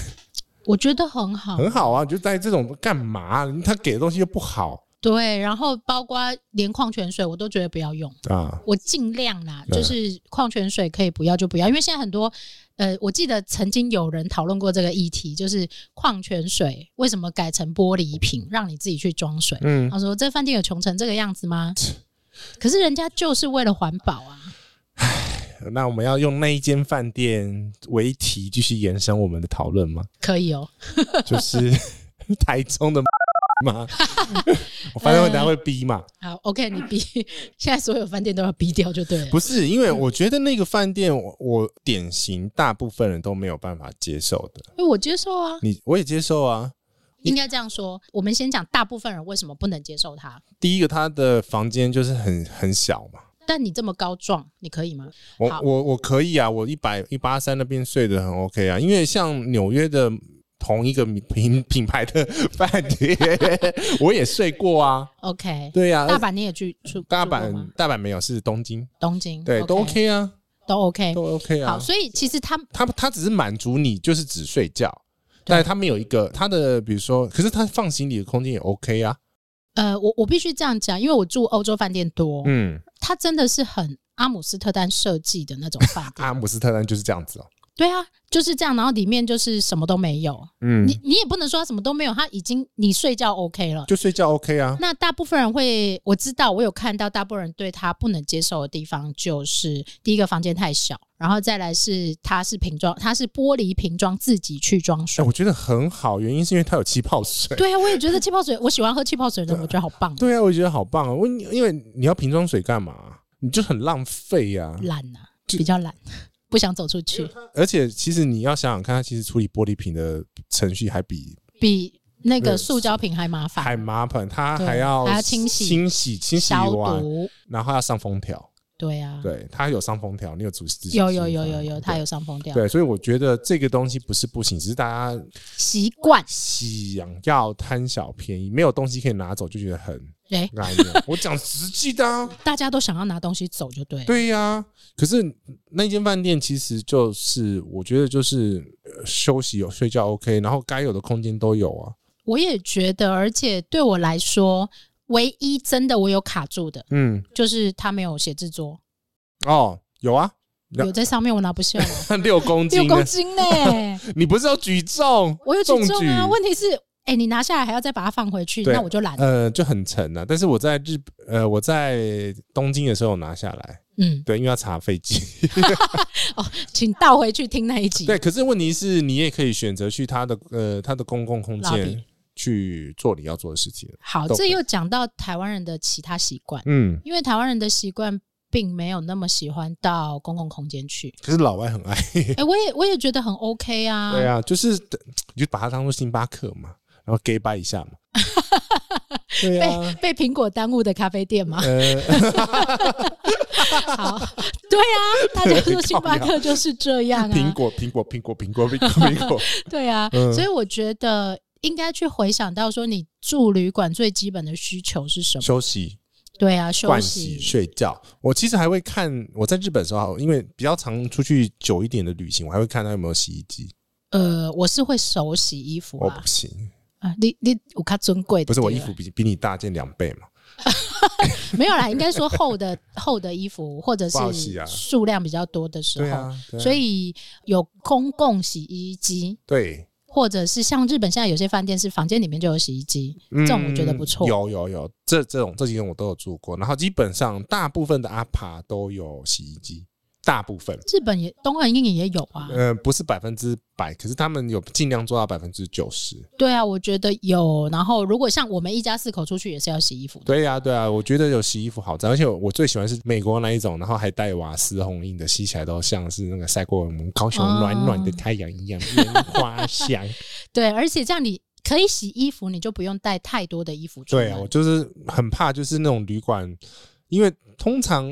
我觉得很好，
很好啊！你就带这种干嘛？啊他给的东西又不好
对，然后包括连矿泉水我都觉得不要用，
啊，
我尽量啦，
对
就是矿泉水可以不要就不要，因为现在很多呃，我记得曾经有人讨论过这个议题，就是矿泉水为什么改成玻璃瓶，让你自己去装水。
嗯，
他说：“这饭店有穷成这个样子 吗？可是人家就是为了环保啊！
那我们要用那一间饭店为题继续延伸我们的讨论吗？
可以哦，
就是 台中的 吗？我发现会等下会逼嘛？
好，OK，你逼现在所有饭店都要逼掉就对了。
不是，因为我觉得那个饭店我，我典型大部分人都没有办法接受的。
因为我接受啊，
你我也接受啊。
应该这样说。我们先讲大部分人为什么不能接受它。
第一个，他的房间就是很很小嘛。
但你这么高壮，你可以吗？
我
好
我我可以啊，我一百一八三那边睡得很 OK 啊，因为像纽约的同一个品品牌的饭店， 我也睡过啊。
OK，
对呀、
大
啊，
阪你也去住
大
住过
阪
吗
大阪没有，是东京，
东京，
对，都
OK，
OK 啊，
都 OK。
都 OK 啊
好，。所以其实他
他他只是满足你就是只睡觉，但是他没有一个他的比如说，可是他放行李的空间也 OK 啊。
呃，我我必须这样讲，因为我住欧洲饭店多，
嗯，
它真的是很阿姆斯特丹设计的那种饭店。
阿姆斯特丹就是这样子哦、
对啊，就是这样，然后里面就是什么都没有，
嗯，
你你也不能说它什么都没有，它已经你睡觉 OK 了。
就睡觉 OK 啊，
那大部分人会，我知道，我有看到大部分人对他不能接受的地方，就是第一个房间太小，然后再来是它是瓶装，它是玻璃瓶装自己去装
哎、
水。
我觉得很好，原因是因为它有气泡水。
对啊，我也觉得气泡水，我喜欢喝气泡水的人，我觉得好棒，哦
对啊，我觉得好棒啊！我因为你要瓶装水干嘛？你就很浪费呀、
懒呐、啊，
这
比较懒，不想走出去，
而且其实你要想想看，它其实处理玻璃瓶的程序还比
比那
对
个塑胶瓶还麻
还
烦，
麻烦，它
对
还要
还要清洗
清洗、清洗
消
完，
毒。
然后要上封条。
对啊，
对，它有上封条，你有主持
有有有有有，它有上风掉，
对，所以我觉得这个东西不是不行，只是大家
习惯。
想要贪小便宜，没有东西可以拿走就觉得很
哎、
安 逸。我讲实际的、啊，
大家都想要拿东西走就对了。
对呀、可是那间饭店其实就是，我觉得就是呃休息有睡觉 OK，然后该有的空间都有啊。
我也觉得，而且对我来说，唯一真的我有卡住的，
嗯，
就是他没有写字桌，
哦，有啊， 那
有在上面我拿不下来，
六公
六
斤
公
的，
斤呢、
你不是要举重？
我有举
重
重啊。
举
问题是，哎、你拿下来还要再把它放回去，
对
那我就懒了。
呃，就很沉啊。但是我在日，呃，我在东京的时候有拿下来，
嗯，
对，因为要查 飞机。
请倒回去听那一集。
对，可是问题是你也可以选择去它的呃它的公共空
Lobby
间去做你要做的事情。
好，
都可
这
以
又讲到台湾人的其他习惯，
嗯，
因为台湾人的习惯并没有那么喜欢到公共空间 去。
可是老外很爱。
哎、我也我也觉得很 OK 啊。
对啊，就是你就把它当做星巴克嘛，然后 gay 掰一下嘛。对啊，
被苹果耽误的咖啡店嘛，
呃，
好， 对啊，大家说星巴克就是这样
苹
啊，
果，苹果，苹果，苹果，苹果，苹果，
对啊，
嗯
所以我觉得应该去回想到说，你住旅馆最基本的需求是什么？
休息、
对啊，休
盥洗、
息，
睡觉。我其实还会看，我在日本的时候，因为比较常出去久一点的旅行，我还会看它有没有洗衣机。
呃，我是会手洗衣服
我
啊
不，行，
啊，你你我看尊贵的，
不是我
对
衣
吧
服比比你大件两倍嘛？
没有啦，应该说厚 的厚的衣服或者
不好洗啊
是数量比较多的时
对
候，
啊，对啊
所以有公共洗衣机。
对。
或者是像日本现在有些饭店是房间里面就有洗衣机，
嗯
这种我觉得不错
有有有，这这种这几种我都有住过，然后基本上大部分的阿帕都有洗衣机，大部分。
日本也东岸应该也有啊。
呃，不是百分之百，可是他们有尽量做到百分之九十。
对啊，我觉得有。然后如果像我们一家四口出去也是要洗衣服的，
对呀、对呀、我觉得有洗衣服好脏，而且我我最喜欢是美国那一种，然后还带瓦斯红印的，洗起来都像是那个晒过我们高雄
哦
暖暖的太阳一样，烟花 香。
对，而且这样你可以洗衣服，你就不用带太多的衣服出门。
对啊，我就是很怕，就是那种旅馆，因为通常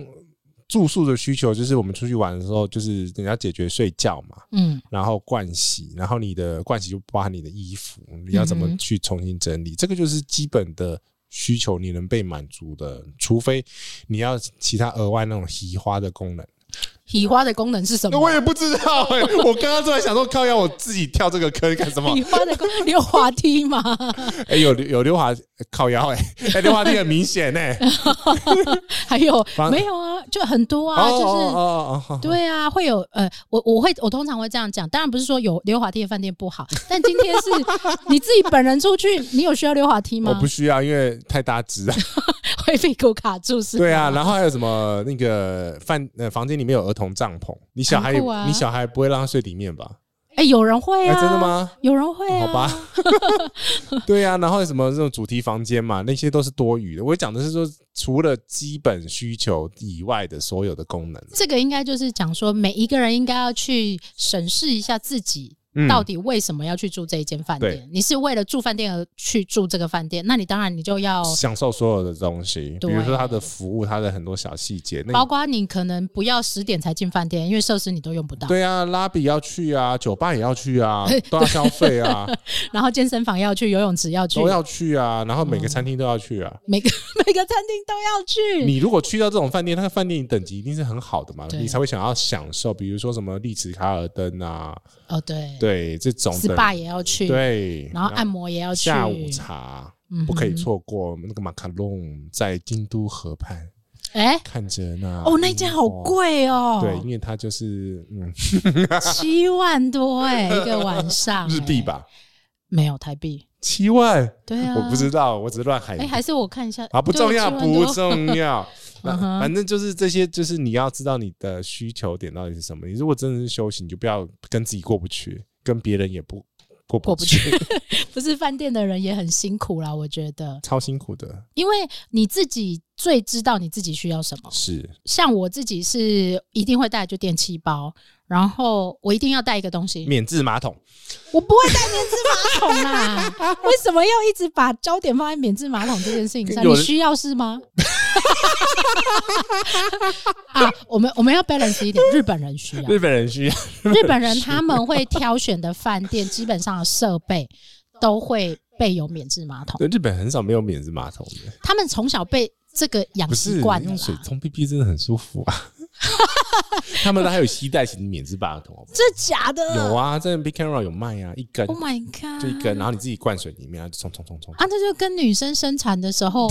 住宿的需求就是我们出去玩的时候，就是人家解决睡觉嘛，
嗯，
然后盥洗，然后你的盥洗就包含你的衣服，你要怎
嗯
么
哼
去重新整理，这个就是基本的需求，你能被满足的，除非你要其他额外那种移花的功能。
嗯洗花的功能是什么？
我也不知道哎、我刚刚突然想说，靠，要我自己跳这个坑干什 么？
洗花的功能，你有滑梯吗？
哎、有有溜滑靠腰哎、 哎、溜滑梯很明显哎、
还有
房
没有啊？就很多
哦
啊，
哦
就是。
哦哦哦，
对啊，会有呃，我我会我通常会这样讲，当然不是说有溜滑梯的饭店不好，但今天 是你自己本人出去，你有需要溜滑梯
我
吗
哦不？需要，因为太大 只啊。
会被狗卡住是吗？
对啊，然后还有什么那个饭呃房间里面有儿童帐篷，你小孩也
很酷啊
你小孩不会让他睡里面吧？
哎、有人会
哎、
啊、
真的？吗？哦
有人会啊，
好吧， 对呀、然后什么这种主题房间嘛，那些都是多余的。我讲的是说，除了基本需求以外的所有的功能，
这个应该就是讲说，每一个人应该要去审视一下自己
嗯
到底为什么要去住这一间饭店。你是为了住饭店而去住这个饭店，那你当然你就要。
嗯享受所有的东西，比
对
如说它的服务，它的很多小细节。那
包
你
括你可能不要十点才进饭店，因为设施你都用不到。
对啊，拉比要去啊，酒吧也要去 啊，都要消费啊，
然后健身房要去，游泳池要 去，嗯
都要去啊，然后每个餐厅都要去啊。
每个 每个餐厅都要去。
你如果去到这种饭店，那个饭店等级一定是很好的嘛，
嗯对
你才会想要享受，比如说什么丽池卡尔登啊，
哦，对
对这种的
，SPA 也要去，
对，
然后按摩也要去，
下午茶，
嗯哼
不可以。错过那个马卡龙在京都河畔
哎，
看着那
哦，那一件好
樱花。
贵哦，
啊对，因为它就是嗯
七万多哎，一个晚上
日币
哎，
吧，
没有台币，
七万，
对啊，
我不知道，我只是乱喊
哎，还是我看一下
啊，不重要，
对七万
不
多
重要。那
嗯哼
反正就是这些，就是你要知道你的需求点到底是什么。你如果真的是修行，你就不要跟自己过不去，跟别人也不
过
过不
不
去，
不是饭店的人也很辛苦啦，我觉得，
超辛苦的。
因为你自己最知道你自己需要什么。
是，
像我自己是一定会带就电器包，然后我一定要带一个东西，
免治马桶，
我不会带免治马桶啦。为什么要一直把焦点放在免治马桶这件事情上？
有
你
人
需要是 吗？啊，我们我们要 balance 一点，日本人需要，
日本人需要。
日本人他们会挑选的饭店，基本上的设备都会备有免治马桶。
对，日本很少没有免治马桶的，
他们从小被这个养
不
习
是
惯了
用水
啦。
冲屁屁真的很舒服 啊。他们还有吸带型免治马桶，哦
这假的？
有啊，在 Big Camera 有卖啊，一根
o h 嗯 Oh my god！
就一根，然后你自己灌水里面，然后就冲冲冲冲。
啊，那就跟女生生产的时 候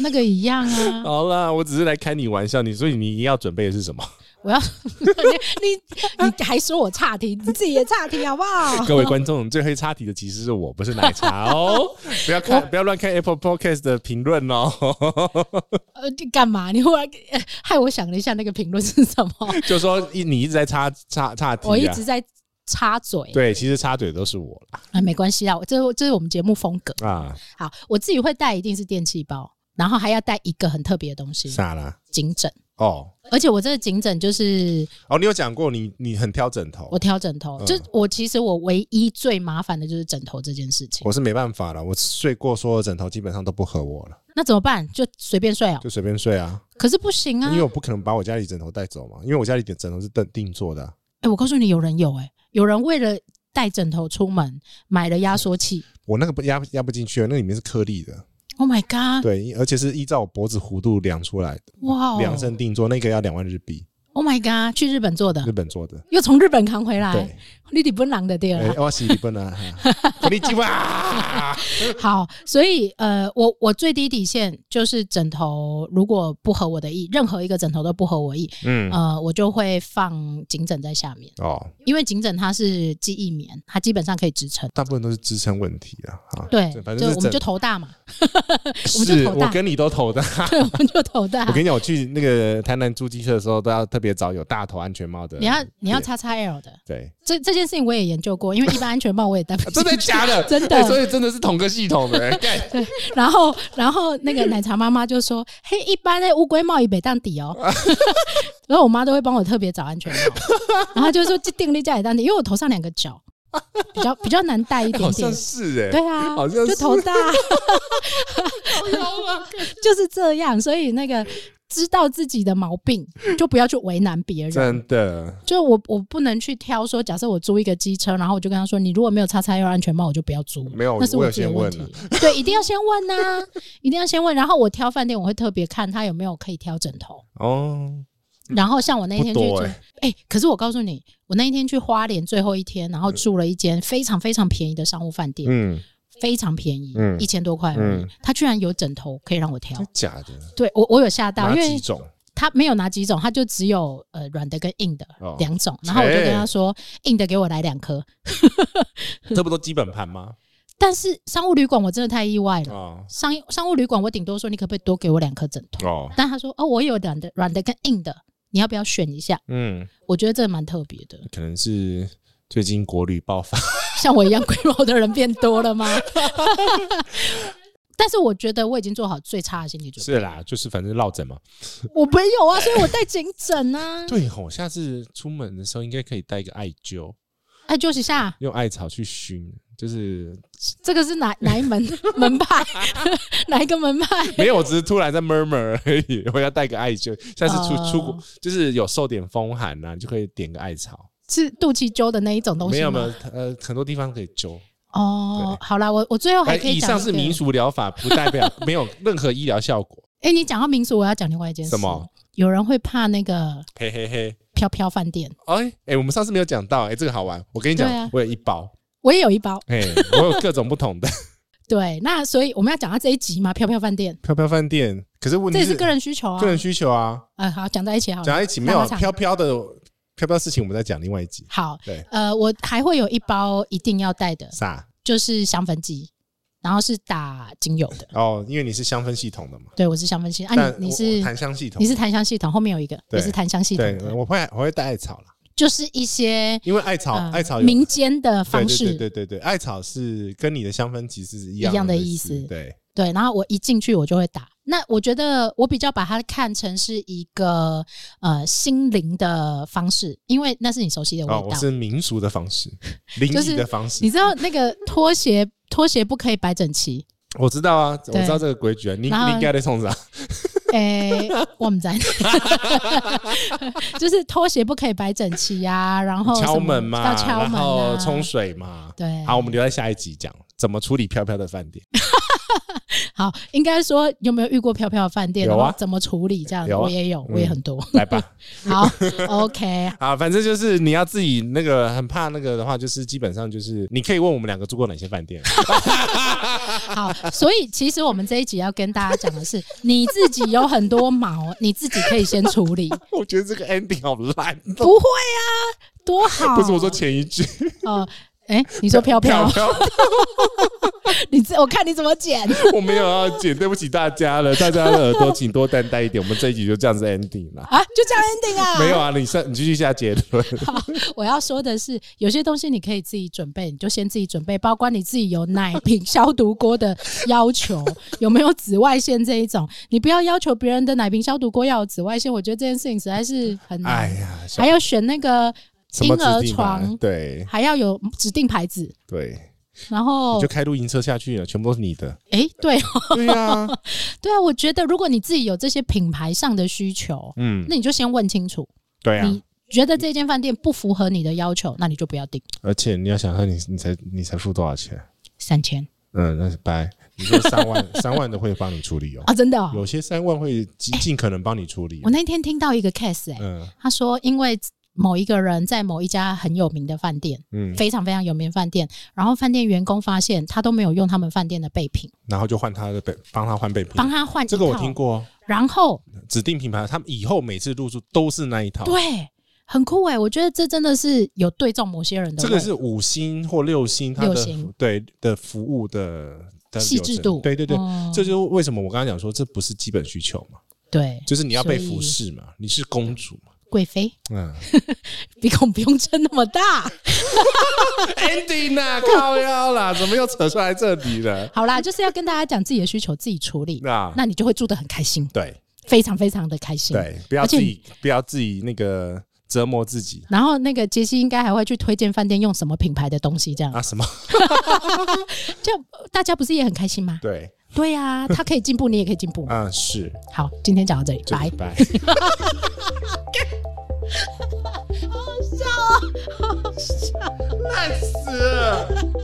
那个一样啊。
好啦，我只是来开你玩笑，你所以你要准备的 是什么？
我要你你你还说我岔题，你自己也岔题好不好？
各位观众，最会插题的其实是我，不是奶茶 哦。不要看，不要乱看 Apple Podcast 的评论哦。
呃，你干嘛？你忽然、呃害我想了一下，那个评论是什么？
就说一你一直在插插插题、啊，
我一直在插嘴。
对，其实插嘴都是我
啊，没关系啦，我这这是我们节目风格。
啦啊，
好，我自己会带一定是电器包，然后还要带一个很特别的东西
啥啦？
——颈枕。
哦
而且我这个颈枕就是
哦，你有讲过你你很挑枕头
我，挑枕头，
嗯
就我其实我唯一最麻烦的就是枕头这件事情。
我是没办法了，我睡过所有枕头基本上都不合我了，
那怎么办？就随便睡哦、
就随便睡啊，
可是不行啊
因为，我不可能把我家里枕头带走嘛，因为我家里的枕头是定定做的啊、
哎、我告诉你，有人有哎、有人为了带枕头出门买了压缩器。
我那个不压压不进去，那里面是颗粒的，
Oh my god！
对，而且是依照我脖子弧度量出来的，
哇、
量身定做，那个要两万日币，
o h my god！去日本做
日
的，
本做的。
又从日本扛回来，
对，
你得不能的对
哎
了。
我是日本啊，哈こんに ちは。
好，所以呃，我我最低底线就是枕头，如果不合我的意，任何一个枕头都不合我意，
嗯，
呃，我就会放颈枕在下面，
哦，
因为颈枕它是记忆棉，它基本上可以支撑。
大部分都是支撑问题啊，啊，
对，
反
就
正
我们
是
就
枕
头大嘛，我们就是头大啊
我跟你都头大。
对，我们就头大。
我跟你讲，我去那个台南租机车的时候，都要特别找有大头安全帽的。
你要你要
对
叉叉 L 的，
对，
这这件事情我也研究过，因为一般安全帽我也戴 不
真
起。
的假的？
真的
哎所以真的是同个系统 的。哎干
然后然后那个奶茶妈妈就说：“嘿，一般的乌龟帽以北当底 哦。”然后我妈都会帮我特别找安全帽，然后就说：“这定力加也当底，因为我头上两个角，比较比较难戴一点
好
点
像。”是哎，
对啊，
好像
就是头 大，就是这样。所以那个知道自己的毛病，就不要去为难别人。
真的。
就我我不能去挑说，假设我租一个机车，然后我就跟他说，你如果没有叉叉 L 安全帽，我就不要租。
没有
那是
我有
自己的
先
问
问
题
了。
对，一定要先问呐、一定要先问。然后我挑饭店，我会特别看他有没有可以挑枕头。
哦，
然后像我那一天去
不
住，
多
哎、
欸
可是我告诉你，我那一天去花莲最后一天，然后住了一间非常非常便宜的商务饭店，
嗯，
非常便宜，
嗯
一千多块而已
嗯。
他居然有枕头可以让我挑
真，假的？
对我我有吓到，
哪
因为
几 种？
他没有拿几种，他就只有呃软的跟硬的
哦
两、种。然后我就跟他说，硬的给我来两颗。
这不都基本盘吗？
但是商务旅馆我真的太意外了，
哦
商商务旅馆我顶多说你可不可以多给我两颗枕头？
哦，
但他说哦，我有软的软的跟硬的，你要不要选一下？
嗯，
我觉得这蛮特别的，
可能是最近国旅爆发，
像我一样龟毛的人变多了吗？但是我觉得我已经做好最差的心理准备，
是啦，就是反正落枕嘛。
我没有啊，所以我带颈枕啊。
对吼，下次出门的时候应该可以带一个艾灸，
哎，休息一下，
用艾草去熏，就是
这个是哪哪一 门门派？ 哪一个门派？
没有，我只是突然在 murmur 而已。我要带个艾灸，下次出、
哦
出国就是有受点风寒啊呐、你就可以点个艾草。
是肚脐揪的那一种东西
没有没
吗
有，呃，很多地方可以灸。
哦，好啦，我我最后还
哎，
可以
以
讲一个
上是民。俗疗法，不代表没有任何医疗效 果。
哎，你讲到民俗，我要讲另外一件事。
什么？
有人会怕那个
嘿嘿嘿。
飘飘饭店，
哎、哎、我们上次没有讲到，哎、这个好玩。我跟你讲，
对啊
我有一包，
我也有一包。
哎、我有各种不同的，
对，那所以我们要讲到这一集嘛，飘飘饭店，
飘飘饭店，可是问
这也
题是
是个人需求啊。
个人需求啊，
呃，好，讲在一起好
讲
了。
在一起没有啊
大家
飘飘的飘飘事情，我们再讲另外一集。
好，
对，
呃，我还会有一包一定要带的，
啥？
就是香氛剂，然后是打精油的。
哦，因为你是香氛系统的嘛，
对，我是香氛系啊，
但
你你
我
是
我檀香系统
你，是檀香系统，后面有一个
对
也是檀香系
对
统，的，
我会我会带艾草啦，
就是一些
因为艾草
呃
艾草有
民间的
对
方
对对
式。
对对对，艾草是跟你的香氛其实是一
一
样
样的
意
意思
对，
对，然后我一进去我就会打。那我觉得我比较把它看成是一个呃心灵的方式，因为那是你熟悉的味
哦，
道
我。是民俗的方式，灵
就
异
是
的方式
你，知道那个拖鞋，拖鞋不可以摆整齐。
我知道啊，我
对
知道这个规矩啊，你
然后
你应该在冲啥？
诶、我们在， 就是拖鞋不可以摆整齐啊，然后
敲
什么
门嘛，
要敲
然
门
后
啊，
冲水嘛。
对，
好，我们留在下一集讲怎么处理飘飘的饭店。
好，应该说有没有遇过飘飘的饭店？
有啊
然后怎么处理这样？
有啊
我也有，我也很多。
来吧，
好，OK，
啊，反正就是你要自己那个很怕那个的话，就是基本上就是你可以问我们两个住过哪些 饭店。
好。所以其实我们这一集要跟大家讲的是，你自己有很多毛，你自己可以先处理。
我觉得这个 ending 好烂 哦，
不会啊，多好。
不是我说前一句
哦，哎、你说飘
飘
飘，
飘，
你这我看你怎么 剪。
我没有要剪，对不起大家了，大家的耳朵请多担待一点。我们这一集就这样子 ending 了。
啊，就这样 ending 啊？
没有啊，你上你继续下结 论。
我要说的是，有些东西你可以自己准备，你就先自己准备，包括你自己有奶瓶消毒锅的要求，有没有紫外线这一种，你不要要求别人的奶瓶消毒锅要有紫外线，我觉得这件事情实在是很难。
哎呀，小
还要选那个
什
婴
么指
儿
定吧
床，
对
还要有指定牌子，
对，
然
你
后
就开露营车下去了，全部都是你的。
哎、哦 对哦
对呀，
对啊，我觉得如果你自己有这些品牌上的需求，
嗯，
那你就先问清楚，
对啊呀。
你觉得这间饭店不符合你的要求，那你就不要订
而且你要想看你你才你才付多少钱？
三千
嗯，那是拜。你说三万 三万的会帮你处理哦，
啊，真的、哦。
有些三万会尽尽可能帮你处理哦
我。那天听到一个 case 哎、
嗯
他说因为某一个人在某一家很有名的饭店，
嗯，
非常非常有名的饭店，然后饭店员工发现他都没有用他们饭店的备品，
然后就换他的备，帮他换备品。
帮他换一
这个我
套
听，过哦，
然后
指定品牌，他们以后每次入住都是那一套。，
对，很酷哎、我觉得这真的是有对中某些人的
这
胃，
个是五星或六星，它的
六星
对的服务的的
细致
流程
度
对对对，
嗯
这就是为什么我刚刚讲说这不是基本需求嘛，
对，
就是你要被
所以
服侍嘛，你是公主 嘛，
贵妃
嗯
鼻孔不用撑那么大。
，ending 啊，靠腰啦，怎么又扯出来这里了？
好啦，就是要跟大家讲自己的需求，自己处理，
那
那你就会住得很开心，
对
非常非常的开心。
对，不要
而且
自己不要自己那个折磨自己
然后那个杰西应该还会去推荐饭店用什么品牌的东西，这样
啊，什么？
这样呃大家不是也很开心吗？
对，
对 呀、啊，他可以进步，你也可以进步。
嗯，是，
好，今天讲到这里，
就
拜。
拜。
好笑啊，好笑。
烂死了！